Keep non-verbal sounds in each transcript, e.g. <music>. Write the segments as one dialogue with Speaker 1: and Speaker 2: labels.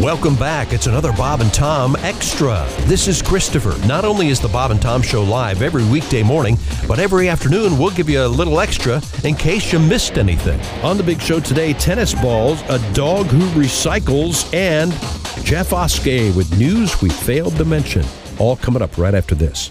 Speaker 1: Welcome back. It's another Bob and Tom Extra. This is Christopher. Not only is the Bob and Tom Show live every weekday morning, but every afternoon we'll give you a little extra in case you missed anything.
Speaker 2: On the big show today, tennis balls, a dog who recycles, and Jeff Oskey with news we failed to mention. All coming up right after this.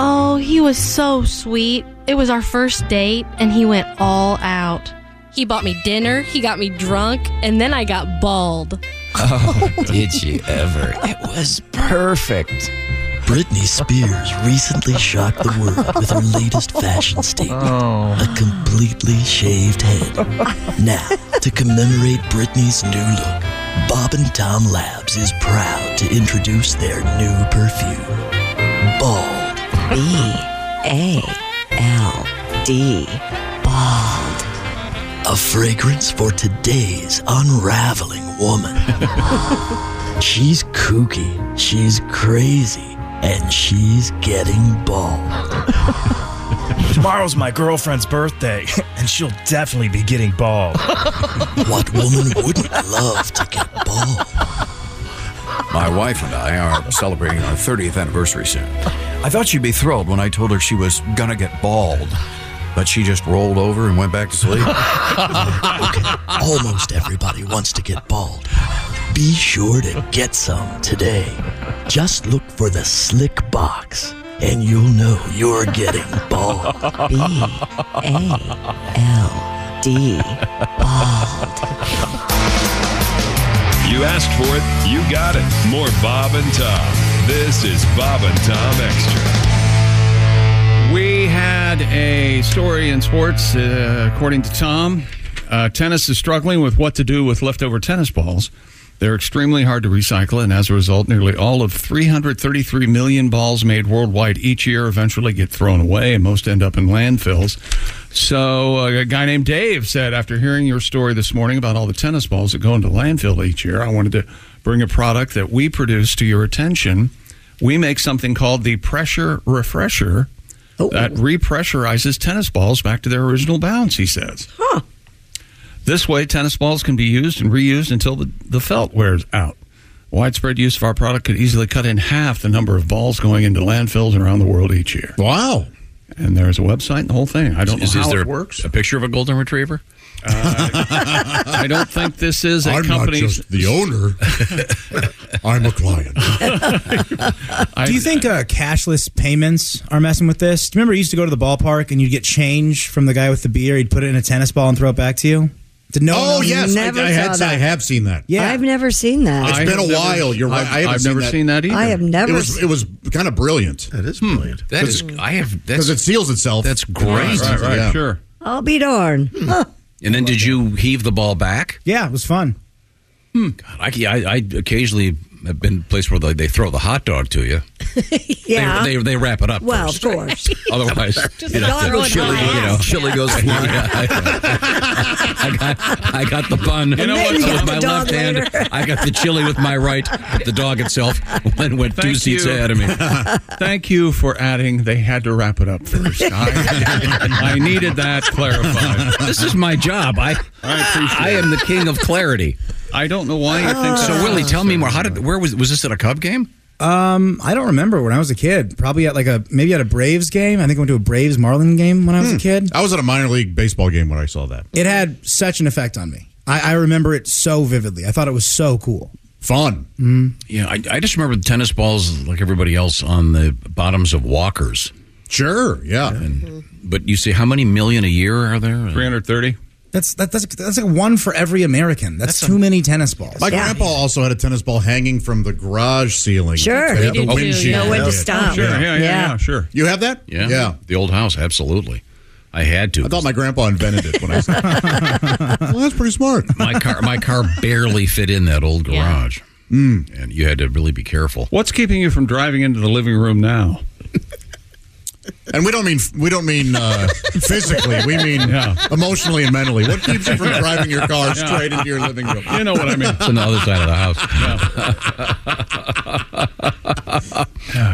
Speaker 3: Oh, he was so sweet. It was our first date, and he went all out. He bought me dinner, he got me drunk, and then I got bald.
Speaker 4: Did you ever? It was perfect. Britney Spears recently shocked the world with her latest fashion statement a completely shaved head. Now, to commemorate Britney's new look, Bob and Tom Labs is proud to introduce their new perfume, Bald.
Speaker 5: B A L D. Bald.
Speaker 4: A fragrance for today's unraveling woman. she's kooky, she's crazy, and she's getting bald.
Speaker 6: Tomorrow's my girlfriend's birthday, <laughs> and she'll definitely be getting bald.
Speaker 4: What woman wouldn't love to get bald?
Speaker 7: My wife and I are celebrating our 30th anniversary soon. I thought she'd be thrilled when I told her she was gonna get bald, but she just rolled over and went back to sleep.
Speaker 4: Almost everybody wants to get bald. Be sure to get some today. Just look for the slick box, and you'll know you're getting bald.
Speaker 5: B A L D.
Speaker 6: Oh,
Speaker 5: Bald.
Speaker 8: You asked for it, you got it. More Bob and Tom. This is Bob and Tom Extra.
Speaker 9: We had a story in sports, uh, according to Tom. Uh, tennis is struggling with what to do with leftover tennis balls. They're extremely hard to recycle, and as a result, nearly all of 333 million balls made worldwide each year eventually get thrown away, and most end up in landfills. So, uh, a guy named Dave said, after hearing your story this morning about all the tennis balls that go into landfill each year, I wanted to bring a product that we produce to your attention. We make something called the Pressure Refresher that repressurizes tennis balls back to their original bounds, he says. This way, tennis balls can be used and reused until the, the felt wears out. Widespread use of our product could easily cut in half the number of balls going into landfills around the world each year.
Speaker 2: Wow.
Speaker 9: And there's a website and the whole thing. I don't
Speaker 7: Is,
Speaker 9: know
Speaker 7: is
Speaker 9: how
Speaker 7: there
Speaker 9: it works.
Speaker 7: a picture of a golden retriever?
Speaker 9: I don't think this is a company.
Speaker 2: the owner. I'm a client.
Speaker 6: Do you think uh, cashless payments are messing with this? Do you remember you used to go to the ballpark and you'd get change from the guy with the beer? He'd put it in a tennis ball and throw it back to you? Did no
Speaker 2: Oh
Speaker 6: one-
Speaker 2: yes, I,
Speaker 5: Never
Speaker 2: I had-
Speaker 5: saw that.
Speaker 2: I have seen that.
Speaker 6: Yeah.
Speaker 5: I've never seen that.
Speaker 2: It's been a while. You're right. I haven't
Speaker 9: have
Speaker 2: seen
Speaker 9: never
Speaker 2: that.
Speaker 9: seen that either.
Speaker 5: I have never.
Speaker 2: It was it was kind of brilliant
Speaker 7: That
Speaker 10: Hmm.
Speaker 7: is brilliant. That is. I have. That's
Speaker 2: because it seals itself.
Speaker 7: that's great.
Speaker 9: Right, right,
Speaker 2: Yeah.
Speaker 9: sure.
Speaker 5: I'll be darned.
Speaker 6: Hmm.
Speaker 5: Huh.
Speaker 7: And then did you heave the ball back? Hmm.
Speaker 6: Yeah, it was fun.
Speaker 7: I, I, I occasionally have been placed where they, they throw the hot dog to you.
Speaker 9: yeah.
Speaker 7: They, they, they wrap it up.
Speaker 9: well,
Speaker 7: first.
Speaker 9: of course.
Speaker 7: <laughs> Otherwise,
Speaker 9: Just
Speaker 7: you
Speaker 9: dog
Speaker 7: know,
Speaker 9: on
Speaker 7: chili,
Speaker 9: my
Speaker 7: you know,
Speaker 9: ass.
Speaker 7: chili goes flying. <laughs> I, got, I got the bun
Speaker 11: You know what,
Speaker 7: with
Speaker 11: Tom?
Speaker 7: my
Speaker 11: The
Speaker 7: left
Speaker 11: dog
Speaker 7: hand. I got the chili with my right. But the dog itself <laughs> went, went two seats ahead of me.
Speaker 11: Thank you for adding. They had to wrap it
Speaker 10: <laughs>
Speaker 11: up first. I, I needed that clarified.
Speaker 7: This is my job. I I, am the king of clarity.
Speaker 11: I don't know why
Speaker 7: you think so. Willie, tell me more. How did where was was this at a Cub game?
Speaker 6: Um, I don't remember when I was a kid. Probably at like a maybe at a Braves game. I think I went to a Braves Marlin game when I was a kid.
Speaker 10: Hmm. I was at a minor league baseball game when I saw that.
Speaker 6: It had such an effect on me. I, I remember it so vividly. I thought it was so cool. Mm-hmm.
Speaker 7: Fun. Yeah, I, I just remember the tennis balls like everybody else on the bottoms of walkers. Sure, yeah. And, but you see, how many million a year are there? Three
Speaker 11: hundred thirty.
Speaker 6: That's that, that's that's like one for every American. That's, too many tennis balls.
Speaker 10: My grandpa also had a tennis ball hanging from the garage ceiling.
Speaker 6: Sure,
Speaker 10: To
Speaker 6: he
Speaker 10: the
Speaker 6: did too,
Speaker 10: windshield.
Speaker 6: yeah. Know when to stop.
Speaker 7: Sure, yeah, yeah, yeah, Yeah.
Speaker 10: sure. You have that?
Speaker 7: Yeah.
Speaker 10: Yeah.
Speaker 7: The old house, absolutely. I had to. I thought my grandpa invented it when I
Speaker 11: <laughs>
Speaker 7: was
Speaker 10: Well, that's pretty smart.
Speaker 7: my car my car barely fit in that old garage. And you had to really be careful.
Speaker 11: What's keeping you from driving into the living room now?
Speaker 10: And we don't mean we don't mean uh, physically. We mean emotionally and mentally. What keeps you from driving your car
Speaker 11: Yeah.
Speaker 10: straight into your living room?
Speaker 11: You know what I mean.
Speaker 7: It's on the other side of the
Speaker 11: <laughs>
Speaker 7: house. <laughs>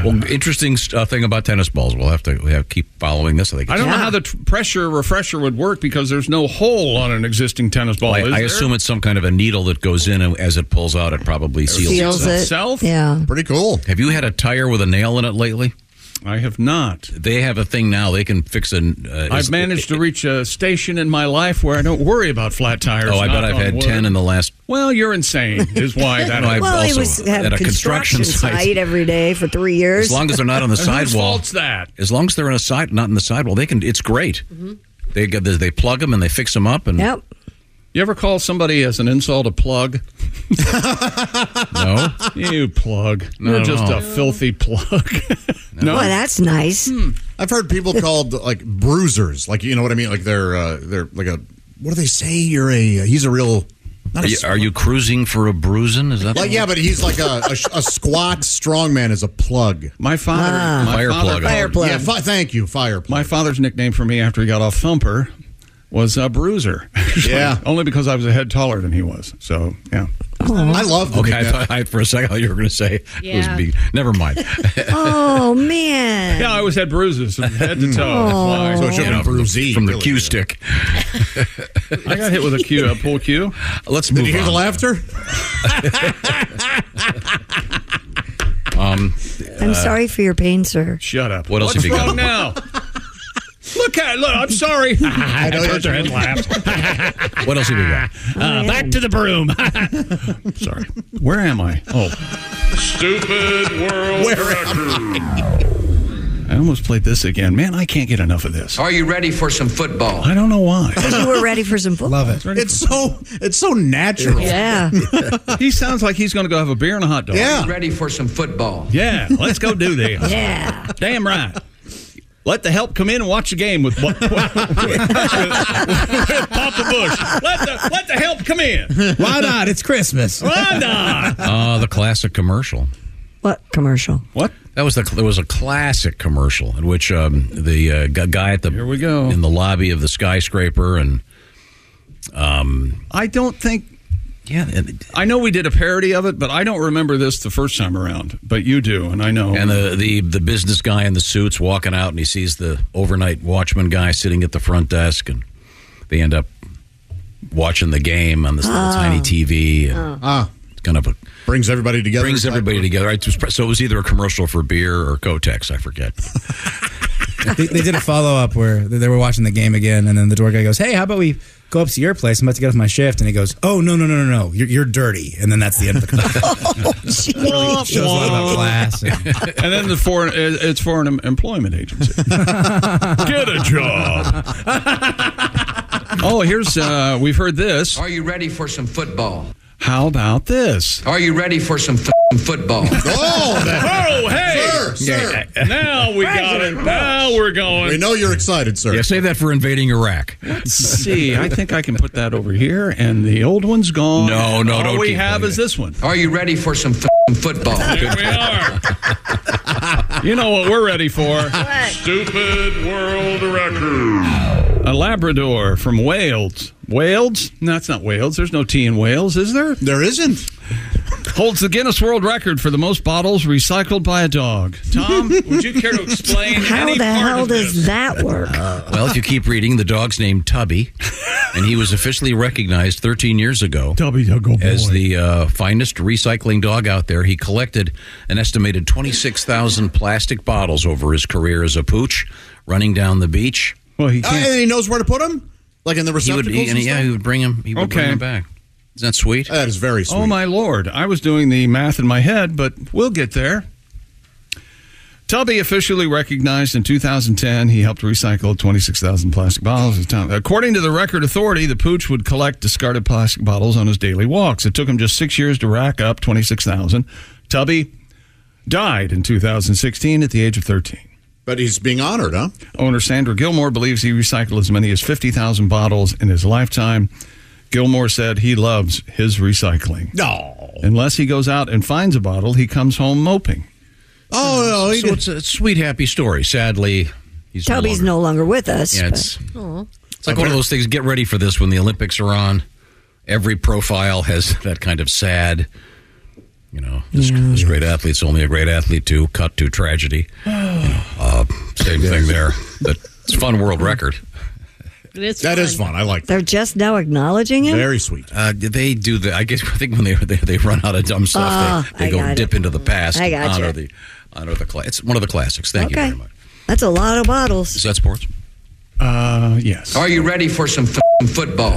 Speaker 7: well, interesting uh, thing about tennis balls. We'll have to we have to keep following this. I think.
Speaker 11: I don't know how the t- pressure refresher would work because there's no hole on an existing tennis ball.
Speaker 7: I,
Speaker 11: is
Speaker 7: I
Speaker 11: there?
Speaker 7: assume it's some kind of a needle that goes in, and as it pulls out, it probably seals,
Speaker 9: Seals it.
Speaker 11: Itself?
Speaker 9: Yeah.
Speaker 7: Pretty cool. Have you had a tire with a nail in it lately?
Speaker 11: I have not.
Speaker 7: They have a thing now. They can fix an. Uh,
Speaker 11: I've managed to reach a station in my life where I don't worry about flat tires.
Speaker 7: Oh, I bet
Speaker 11: knock
Speaker 7: I've
Speaker 11: on
Speaker 7: had
Speaker 11: wood.
Speaker 7: ten in the last.
Speaker 11: Well, you're insane. Is
Speaker 7: <laughs>
Speaker 11: why that.
Speaker 7: No, I've
Speaker 9: well,
Speaker 7: also
Speaker 9: it was
Speaker 7: at a construction site.
Speaker 9: every day for three years.
Speaker 7: As long as they're
Speaker 11: <laughs>
Speaker 7: not on the sidewall.
Speaker 11: that?
Speaker 7: As long as they're on a side, not in the sidewall, they can. It's great. They get they plug them and they fix them up and.
Speaker 9: Mm-hmm. Yep.
Speaker 11: You ever call somebody as an insult a plug?
Speaker 7: <laughs>
Speaker 11: <laughs>
Speaker 7: no,
Speaker 11: you plug.
Speaker 10: No,
Speaker 11: You're
Speaker 10: no,
Speaker 11: just
Speaker 10: no.
Speaker 11: a filthy plug. no,
Speaker 9: Well, that's nice.
Speaker 10: I've heard people called like bruisers. Like you know what I mean? Like they're uh, they're like a what do they say? You're a uh, he's a real. Not
Speaker 7: Are
Speaker 10: a
Speaker 7: you, are you cruising for a bruising? Is that
Speaker 10: Like, yeah, but he's like a, a, sh- a squat strongman is a plug.
Speaker 11: My father,
Speaker 10: Ah.
Speaker 11: my
Speaker 10: Fire
Speaker 11: father-
Speaker 10: plug. Fire plug.
Speaker 11: Yeah,
Speaker 10: fi- thank you, fire plug.
Speaker 11: My father's nickname for me after he got off Thumper was uh, Bruiser. <laughs> yeah, only because I was a head taller than he was. So yeah,
Speaker 10: I love.
Speaker 11: the
Speaker 7: Okay, I
Speaker 11: nickname.
Speaker 7: thought I, for a second I thought you were going to say it was
Speaker 9: Yeah.
Speaker 7: me. Never mind.
Speaker 9: <laughs> Oh man.
Speaker 11: yeah, I always had bruises from head to toe.
Speaker 9: Oh.
Speaker 11: That's why.
Speaker 9: So it should have been
Speaker 7: bruisee, from the cue stick.
Speaker 11: I got hit with a cue, a pull cue.
Speaker 7: Let's move. on.
Speaker 10: laughter?
Speaker 7: Um,
Speaker 9: I'm
Speaker 7: uh,
Speaker 9: sorry for your pain, sir.
Speaker 11: Shut up.
Speaker 7: What else
Speaker 11: What's
Speaker 7: have you
Speaker 11: wrong
Speaker 7: got?
Speaker 11: now? look at look.
Speaker 7: <laughs>
Speaker 11: I'm sorry. I
Speaker 7: know
Speaker 11: heard
Speaker 7: you-
Speaker 11: their head laugh. <laughs>
Speaker 7: What else have you got?
Speaker 11: Uh, back to the broom. <laughs> sorry. Where am I? Oh,
Speaker 8: Stupid world record.
Speaker 11: I almost played this again. Man, I can't get enough of this.
Speaker 12: Are you ready for some football?
Speaker 11: I don't know why.
Speaker 9: Because you were ready for some football.
Speaker 11: Love it.
Speaker 10: It's so it's so natural.
Speaker 9: Yeah.
Speaker 11: <laughs> he sounds like he's going to go have a beer and a hot dog.
Speaker 12: Are you ready for some football?
Speaker 11: Yeah, let's go do this.
Speaker 9: Yeah.
Speaker 11: Damn right. Let the help come in and watch the game with, with, with, with Papa Bush. Let the, let the help come in.
Speaker 6: Why not? It's Christmas.
Speaker 11: Why not?
Speaker 7: Uh, the classic commercial.
Speaker 9: What commercial?
Speaker 11: What?
Speaker 7: That was the there was a classic commercial in which um, the uh, gu- guy at the here we go in the lobby of the skyscraper and um
Speaker 11: I don't think.
Speaker 7: Yeah,
Speaker 11: I know we did a parody of it, but I don't remember this the first time around. But you do, and I know.
Speaker 7: and the the the business guy in the suits walking out and he sees the overnight watchman guy sitting at the front desk and they end up watching the game on this little
Speaker 10: Oh.
Speaker 7: tiny TV. And
Speaker 10: Ah.
Speaker 7: it's kind of a
Speaker 10: brings everybody together.
Speaker 7: Brings everybody together. Right? So it was either a commercial for beer or Kotex. I forget.
Speaker 6: <laughs> they, they did a follow up where they they were watching the game again, and then the door guy goes, "Hey, how about we go up to your place? I'm about to get off my shift." And he goes, "Oh no, no, no, no, no! You're, you're dirty." And then that's the end of the conversation. <laughs>
Speaker 11: Womp,
Speaker 6: Shows a lot about
Speaker 11: womp.
Speaker 6: class. And,
Speaker 11: and then the foreign it- it's foreign em- employment agency. Get a job. oh, here's uh, we've heard this.
Speaker 12: Are you ready for some football?
Speaker 11: How about this?
Speaker 12: Are you ready for some f***ing football?
Speaker 10: Oh, that-
Speaker 11: Oh, hey!
Speaker 10: Sir, sir.
Speaker 11: Now we got it. Now we're going.
Speaker 10: We know you're excited, sir.
Speaker 7: Yeah, save that for invading Iraq.
Speaker 11: Let's see. I think I can put that over here, and the old one's gone.
Speaker 7: No, no,
Speaker 11: All
Speaker 7: don't
Speaker 11: we
Speaker 7: keep
Speaker 11: have
Speaker 7: playing
Speaker 11: is this one.
Speaker 12: Are you ready for some f***ing football?
Speaker 11: Here we are. you know what we're ready for. Stupid world record. A Labrador from Wales. Wales? No, that's not Wales. There's no tea in Wales, is there?
Speaker 13: There isn't.
Speaker 11: Holds the Guinness World Record for the most bottles recycled by a dog. Tom, would you care to explain?
Speaker 4: How
Speaker 11: any
Speaker 4: the
Speaker 11: part
Speaker 4: hell
Speaker 11: of
Speaker 4: does that work?
Speaker 7: Well, if you keep reading, the dog's named Tubby, and he was officially recognized 13 years ago
Speaker 11: Tubby
Speaker 7: as the uh, finest recycling dog out there. He collected an estimated 26,000 plastic bottles over his career as a pooch, running down the beach.
Speaker 11: Well, he
Speaker 13: Uh, and he knows where to put them, like in the
Speaker 7: He would,
Speaker 13: receptacles.
Speaker 7: he- and
Speaker 13: and Uh.
Speaker 7: yeah, he would bring him. He would bring
Speaker 11: Okay.
Speaker 7: him back. Is that sweet?
Speaker 13: That is very
Speaker 11: Oh my lord! I was doing the math in my head, but we'll get there. Tubby officially recognized in 2010. He helped recycle 26,000 plastic bottles at a time. According to the record authority, the pooch would collect discarded plastic bottles on his daily walks. It took him just six years to rack up 26,000. Tubby died in 2016 at the age of 13.
Speaker 13: But he's being honored, huh?
Speaker 11: Owner Sandra Gilmore believes he recycled as many as 50,000 bottles in his lifetime. Gilmore said he loves his recycling.
Speaker 13: No.
Speaker 11: Unless he goes out and finds a bottle, he comes home moping.
Speaker 7: Oh, so it's a sweet, happy story. Sadly, he's no
Speaker 4: Tubby's
Speaker 7: longer-
Speaker 4: no longer with us.
Speaker 7: Yeah,
Speaker 4: but-
Speaker 7: it's-
Speaker 4: Aw.
Speaker 7: It's like one of those things. Get ready for this when the Olympics are on. Every profile has <laughs> that kind of sad. You know, this, this great athlete's only a great athlete to cut to tragedy.
Speaker 4: <sighs>
Speaker 7: Uh, same thing there. But it's a fun world
Speaker 4: <laughs>
Speaker 7: record.
Speaker 4: That is
Speaker 13: fun. I like.
Speaker 4: They're just now acknowledging him.
Speaker 13: sweet.
Speaker 7: Uh, did they do the? I guess <laughs> I think when they they, they run out of dumb stuff,
Speaker 4: Ah,
Speaker 7: they,
Speaker 4: I
Speaker 7: they go
Speaker 4: got
Speaker 7: dip
Speaker 4: it.
Speaker 7: into the past.
Speaker 4: I
Speaker 7: and
Speaker 4: gotcha.
Speaker 7: Honor the honor the class. It's one of the classics. Thank you
Speaker 4: okay,
Speaker 7: very much.
Speaker 4: that's a lot of bottles.
Speaker 7: Is that sports?
Speaker 11: Uh, yes.
Speaker 14: Are you ready for some f***ing football?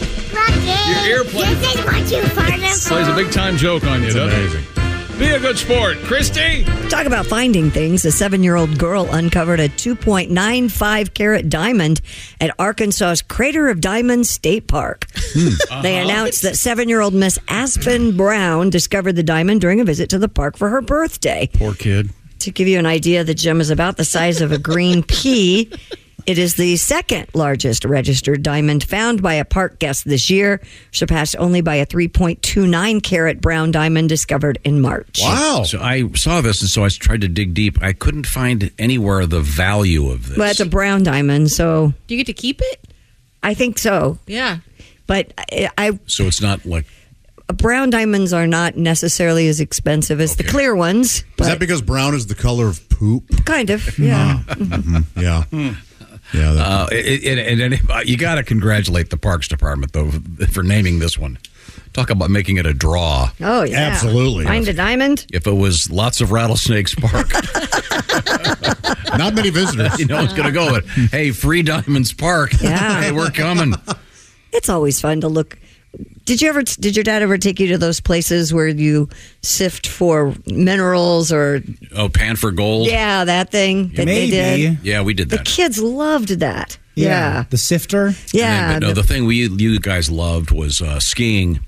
Speaker 11: Your earplug.
Speaker 15: This is what you farted
Speaker 11: Plays a big time joke on you, doesn't
Speaker 13: amazing.
Speaker 11: Be a good sport, Christy.
Speaker 4: Talk about finding things. A seven year old girl uncovered a 2.95 carat diamond at Arkansas's Crater of Diamonds State Park.
Speaker 11: Hmm.
Speaker 4: <laughs> They
Speaker 11: Uh-huh.
Speaker 4: announced that seven year old Miss Aspen Brown discovered the diamond during a visit to the park for her birthday.
Speaker 11: Poor kid.
Speaker 4: To give you an idea, the gem is about the size of a
Speaker 11: <laughs>
Speaker 4: green pea. It is the second largest registered diamond found by a park guest this year, surpassed only by a 3.29 carat brown diamond discovered in March.
Speaker 7: So I saw this, and so I tried to dig deep. I couldn't find anywhere the value of this.
Speaker 4: Well, it's a brown diamond, so
Speaker 16: Do you get to keep it?
Speaker 4: I think so.
Speaker 16: Yeah.
Speaker 4: But I, I
Speaker 7: So it's not like
Speaker 4: brown diamonds are not necessarily as expensive as the clear ones,
Speaker 13: Is that
Speaker 4: but
Speaker 13: because brown is the color of poop?
Speaker 4: kind of, yeah.
Speaker 13: Mhm. Yeah. Yeah.
Speaker 7: Uh, it, it, and any- uh, you got to congratulate the Parks Department though for naming this one. Talk about making it a draw.
Speaker 4: Oh yeah, Find a diamond.
Speaker 7: If it was lots of rattlesnakes
Speaker 13: <laughs>
Speaker 7: park,
Speaker 13: not many
Speaker 7: <laughs>
Speaker 13: visitors.
Speaker 7: you know it's going to go. But hey, free diamonds park.
Speaker 4: Yeah.
Speaker 7: hey, we're coming.
Speaker 4: It's always fun to look. Did you ever? Did your dad ever take you to those places where you sift for minerals or
Speaker 7: <laughs> Oh, pan for gold.
Speaker 4: yeah, that thing that they did?
Speaker 7: Yeah, we did
Speaker 4: The
Speaker 7: that.
Speaker 4: kids loved that.
Speaker 7: Yeah.
Speaker 4: Yeah,
Speaker 17: the sifter.
Speaker 4: Yeah,
Speaker 7: And then- but no, the thing we you guys loved was uh, skiing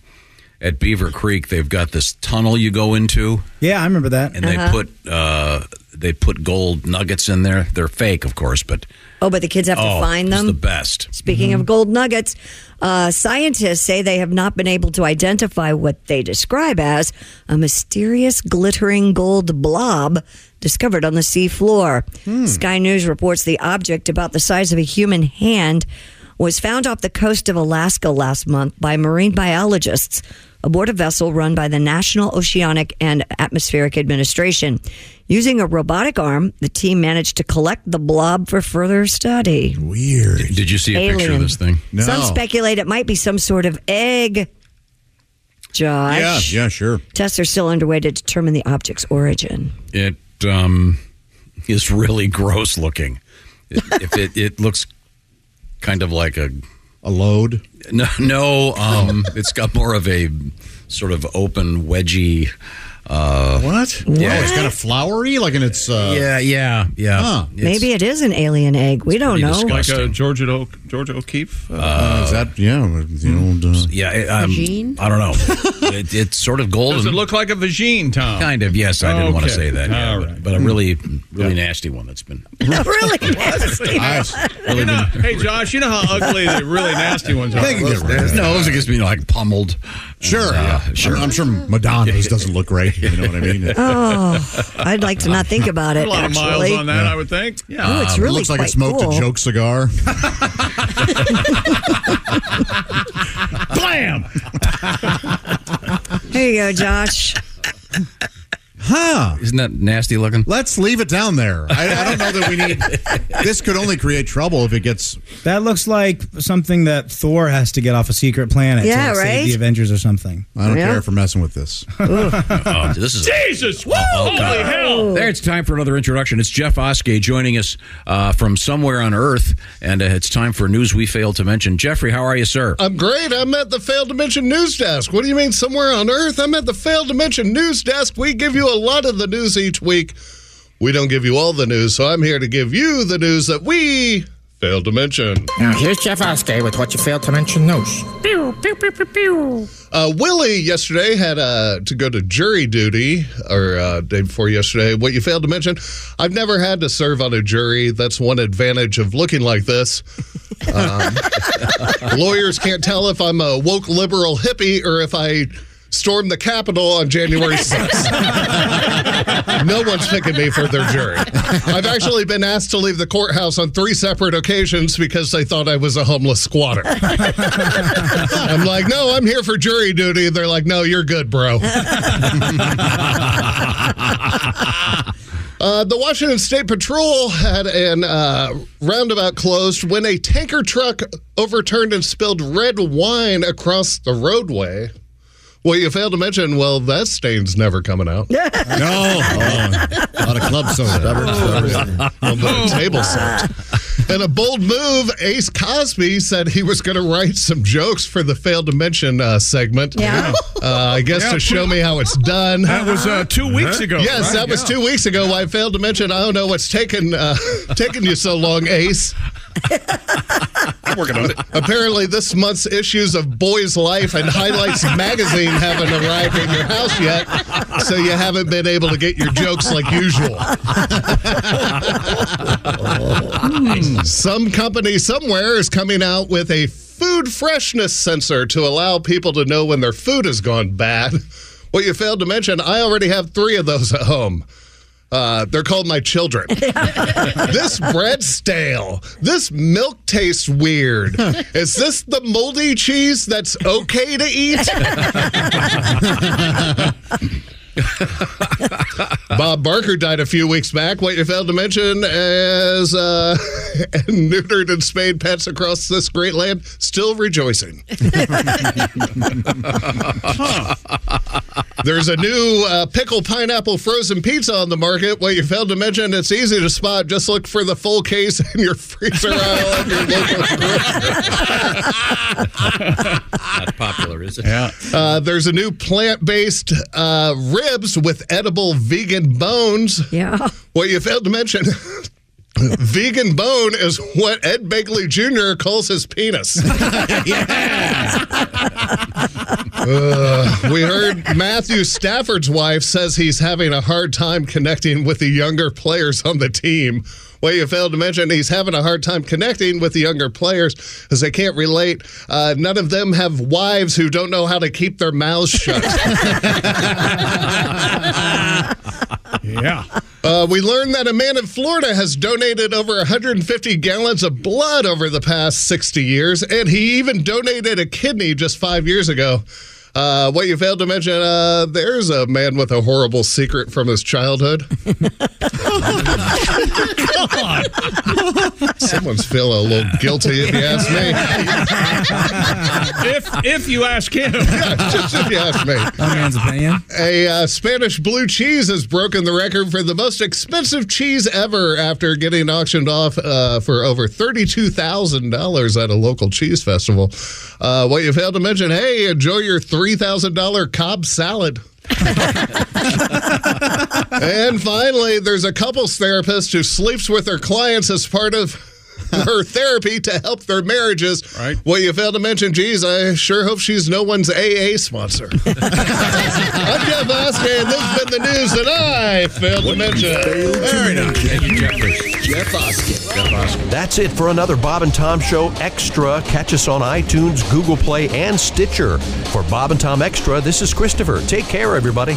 Speaker 7: at Beaver Creek. They've got this tunnel you go into.
Speaker 17: Yeah, I remember that.
Speaker 7: and
Speaker 4: Uh-huh.
Speaker 7: they put uh, they put gold nuggets in there. They're fake, of course, but
Speaker 4: Oh, but the kids have
Speaker 7: oh,
Speaker 4: to find
Speaker 7: it's
Speaker 4: them.
Speaker 7: the best.
Speaker 4: Speaking of gold nuggets, uh, scientists say they have not been able to identify what they describe as a mysterious glittering gold blob discovered on the seafloor. Sky News reports the object, about the size of a human hand, was found off the coast of Alaska last month by marine biologists aboard a vessel run by the National Oceanic and Atmospheric Administration. Using a robotic arm, the team managed to collect the blob for further study.
Speaker 13: Weird.
Speaker 7: Did, did you see a picture of
Speaker 4: Alien.
Speaker 7: this thing?
Speaker 4: Some speculate it might be some sort of egg. Josh.
Speaker 13: Yeah, yeah, sure.
Speaker 4: Tests are still underway to determine the object's origin.
Speaker 7: It um, is really <laughs> gross looking. It, if it, it looks kind of like a
Speaker 13: a load.
Speaker 7: No, no. Um, it's got more of a sort of open wedgie. Uh,
Speaker 13: what?
Speaker 7: Yeah,
Speaker 13: Oh, it's kind of flowery, like in its. Uh,
Speaker 7: yeah, yeah, yeah.
Speaker 4: Maybe it is an alien egg. We don't know. <laughs>
Speaker 11: Like a Georgia Oak, Georgia O'Keeffe? Uh,
Speaker 13: is that yeah? The old uh,
Speaker 7: yeah. It, um,
Speaker 11: Vagine?
Speaker 7: I don't know. it, it's sort of golden.
Speaker 11: Does it look like a vagine, Tom?
Speaker 7: Kind of. Yes, I didn't want to
Speaker 11: Okay.
Speaker 7: say that. Yeah,
Speaker 11: All
Speaker 7: but-
Speaker 11: right.
Speaker 7: but, a really, really nasty one that's been <laughs>
Speaker 9: really
Speaker 7: nasty.
Speaker 11: You know- hey, Josh, you know how ugly the really nasty ones are.
Speaker 7: They can get rid of that. No, those are just being like pummeled.
Speaker 13: Sure,
Speaker 7: uh,
Speaker 13: yeah, sure. I'm, I'm
Speaker 7: <laughs>
Speaker 13: sure Madonna's doesn't look great. You know what I mean?
Speaker 9: Oh, I'd like to not think about it.
Speaker 11: A lot of miles
Speaker 9: actually.
Speaker 11: on that, I would think. Yeah.
Speaker 9: Ooh, it's
Speaker 13: Uh,
Speaker 9: really
Speaker 13: looks like it
Speaker 9: quite
Speaker 13: smoked
Speaker 9: cool.
Speaker 13: a joke
Speaker 4: <laughs>
Speaker 13: cigar.
Speaker 11: Blam!
Speaker 9: There you
Speaker 16: <laughs>
Speaker 9: go, Josh.
Speaker 13: Huh?
Speaker 7: Isn't that nasty looking?
Speaker 13: Let's leave it down there. I, I don't know that we need. This could only create trouble if it gets.
Speaker 17: That looks like something that Thor has to get off a secret planet.
Speaker 13: Yeah,
Speaker 17: to, like, save
Speaker 13: right?
Speaker 17: the Avengers or something.
Speaker 13: I don't care if we're messing with this.
Speaker 7: Oh,
Speaker 11: <laughs>
Speaker 7: this is
Speaker 11: Jesus! Whoa!
Speaker 7: Oh, God. There, it's time for another introduction. It's Jeff Oskey joining us uh, from somewhere on Earth, and uh, it's time for news we failed to mention. Jeffrey, how are you, sir?
Speaker 4: I'm great. I'm at the Failed Dimension News Desk. What do you mean, somewhere on Earth? I'm at the Failed Dimension News Desk. We give you a lot of the news each week. We don't give you all the news, so I'm here to give you the news that we failed to mention.
Speaker 18: Now, here's Jeff Oskey with what you failed to mention news.
Speaker 4: Pew, pew, pew, pew, pew. Uh, Willie yesterday had uh, to go to jury duty, or uh, day before yesterday. What you failed to mention, I've never had to serve on a jury. That's one advantage of looking like this. <laughs> Um, lawyers can't tell if I'm a woke liberal hippie or if I stormed the Capitol on January 6th. no one's picking me for their jury. I've actually been asked to leave the courthouse on three separate occasions because they thought I was a homeless squatter. <laughs> I'm like, no, I'm here for jury duty. They're like, no, you're good, bro. Uh, the Washington State Patrol had an uh, roundabout closed when a tanker truck overturned and spilled red wine across the roadway. Well, you failed to mention, well, that stain's never coming out. no. a lot of club soda. Well, but a table salt. In a bold move, Ace Cosby said he was going to write some jokes for the failed to mention uh, segment.
Speaker 11: Yeah.
Speaker 4: Uh, I guess
Speaker 11: Yeah.
Speaker 4: to show me how it's done.
Speaker 11: That was, uh, two weeks
Speaker 4: Uh-huh.
Speaker 11: ago,
Speaker 4: Yes,
Speaker 11: right?
Speaker 4: that was
Speaker 11: Yeah.
Speaker 4: two weeks ago. I failed to mention. I don't know what's taken uh, <laughs> taken you so long, Ace. I'm working on it. Apparently, this month's issues of Boys Life and Highlights Magazine haven't arrived in your house yet, so you haven't been able to get your jokes like usual. Some company somewhere is coming out with a food freshness sensor to allow people to know when their food has gone bad. What you failed to mention, I already have three of those at home. Uh, they're called my children. this bread's stale. This milk tastes weird. Is this the moldy cheese that's okay to <laughs> eat? Bob Barker died a few weeks back. What you failed to mention is uh, <laughs> neutered and spayed pets across this great land still rejoicing. <laughs> There's a new uh, pickle pineapple frozen pizza on the market. What you failed to mention, it's easy to spot. Just look for the full case in your freezer aisle at your local
Speaker 7: Not popular, is it?
Speaker 11: Yeah.
Speaker 4: Uh, there's a new plant-based uh, ribs with edible vegan bones.
Speaker 9: Yeah.
Speaker 4: Well, you failed to mention. <laughs> Vegan bone is what Ed Begley Jr. calls his penis. Uh, we heard Matthew Stafford's wife says he's having a hard time connecting with the younger players on the team. Well, you failed to mention he's having a hard time connecting with the younger players because they can't relate. Uh, none of them have wives who don't know how to keep their mouths shut.
Speaker 11: yeah.
Speaker 4: Uh, we learned that a man in Florida has donated over 150 gallons of blood over the past 60 years, and he even donated a kidney just five years ago. Uh, what you failed to mention, uh, there's a man with a horrible secret from his childhood. <laughs> Someone's feeling a little guilty if you ask me.
Speaker 11: if if you ask him.
Speaker 4: just if you ask me.
Speaker 17: man's opinion.
Speaker 13: <laughs>
Speaker 4: A uh, Spanish blue cheese has broken the record for the most expensive cheese ever after getting auctioned off uh, for over $32,000 at a local cheese festival. Uh, what you failed to mention, hey, enjoy your $3,000 Cobb salad. and finally, there's a couples therapist who sleeps with her clients as part of or therapy to help their marriages. Right. Well, you failed to mention, geez, I sure hope she's no one's AA sponsor. I'm Jeff Oskey, and this has been the news that I failed to mention. Very nice.
Speaker 13: Thank you, Jeffrey.
Speaker 4: Jeff
Speaker 7: <laughs>
Speaker 4: Oskey.
Speaker 7: That's it for another Bob and Tom Show Extra. Catch us on iTunes, Google Play, and Stitcher. For Bob and Tom Extra, this is Christopher. Take care, everybody.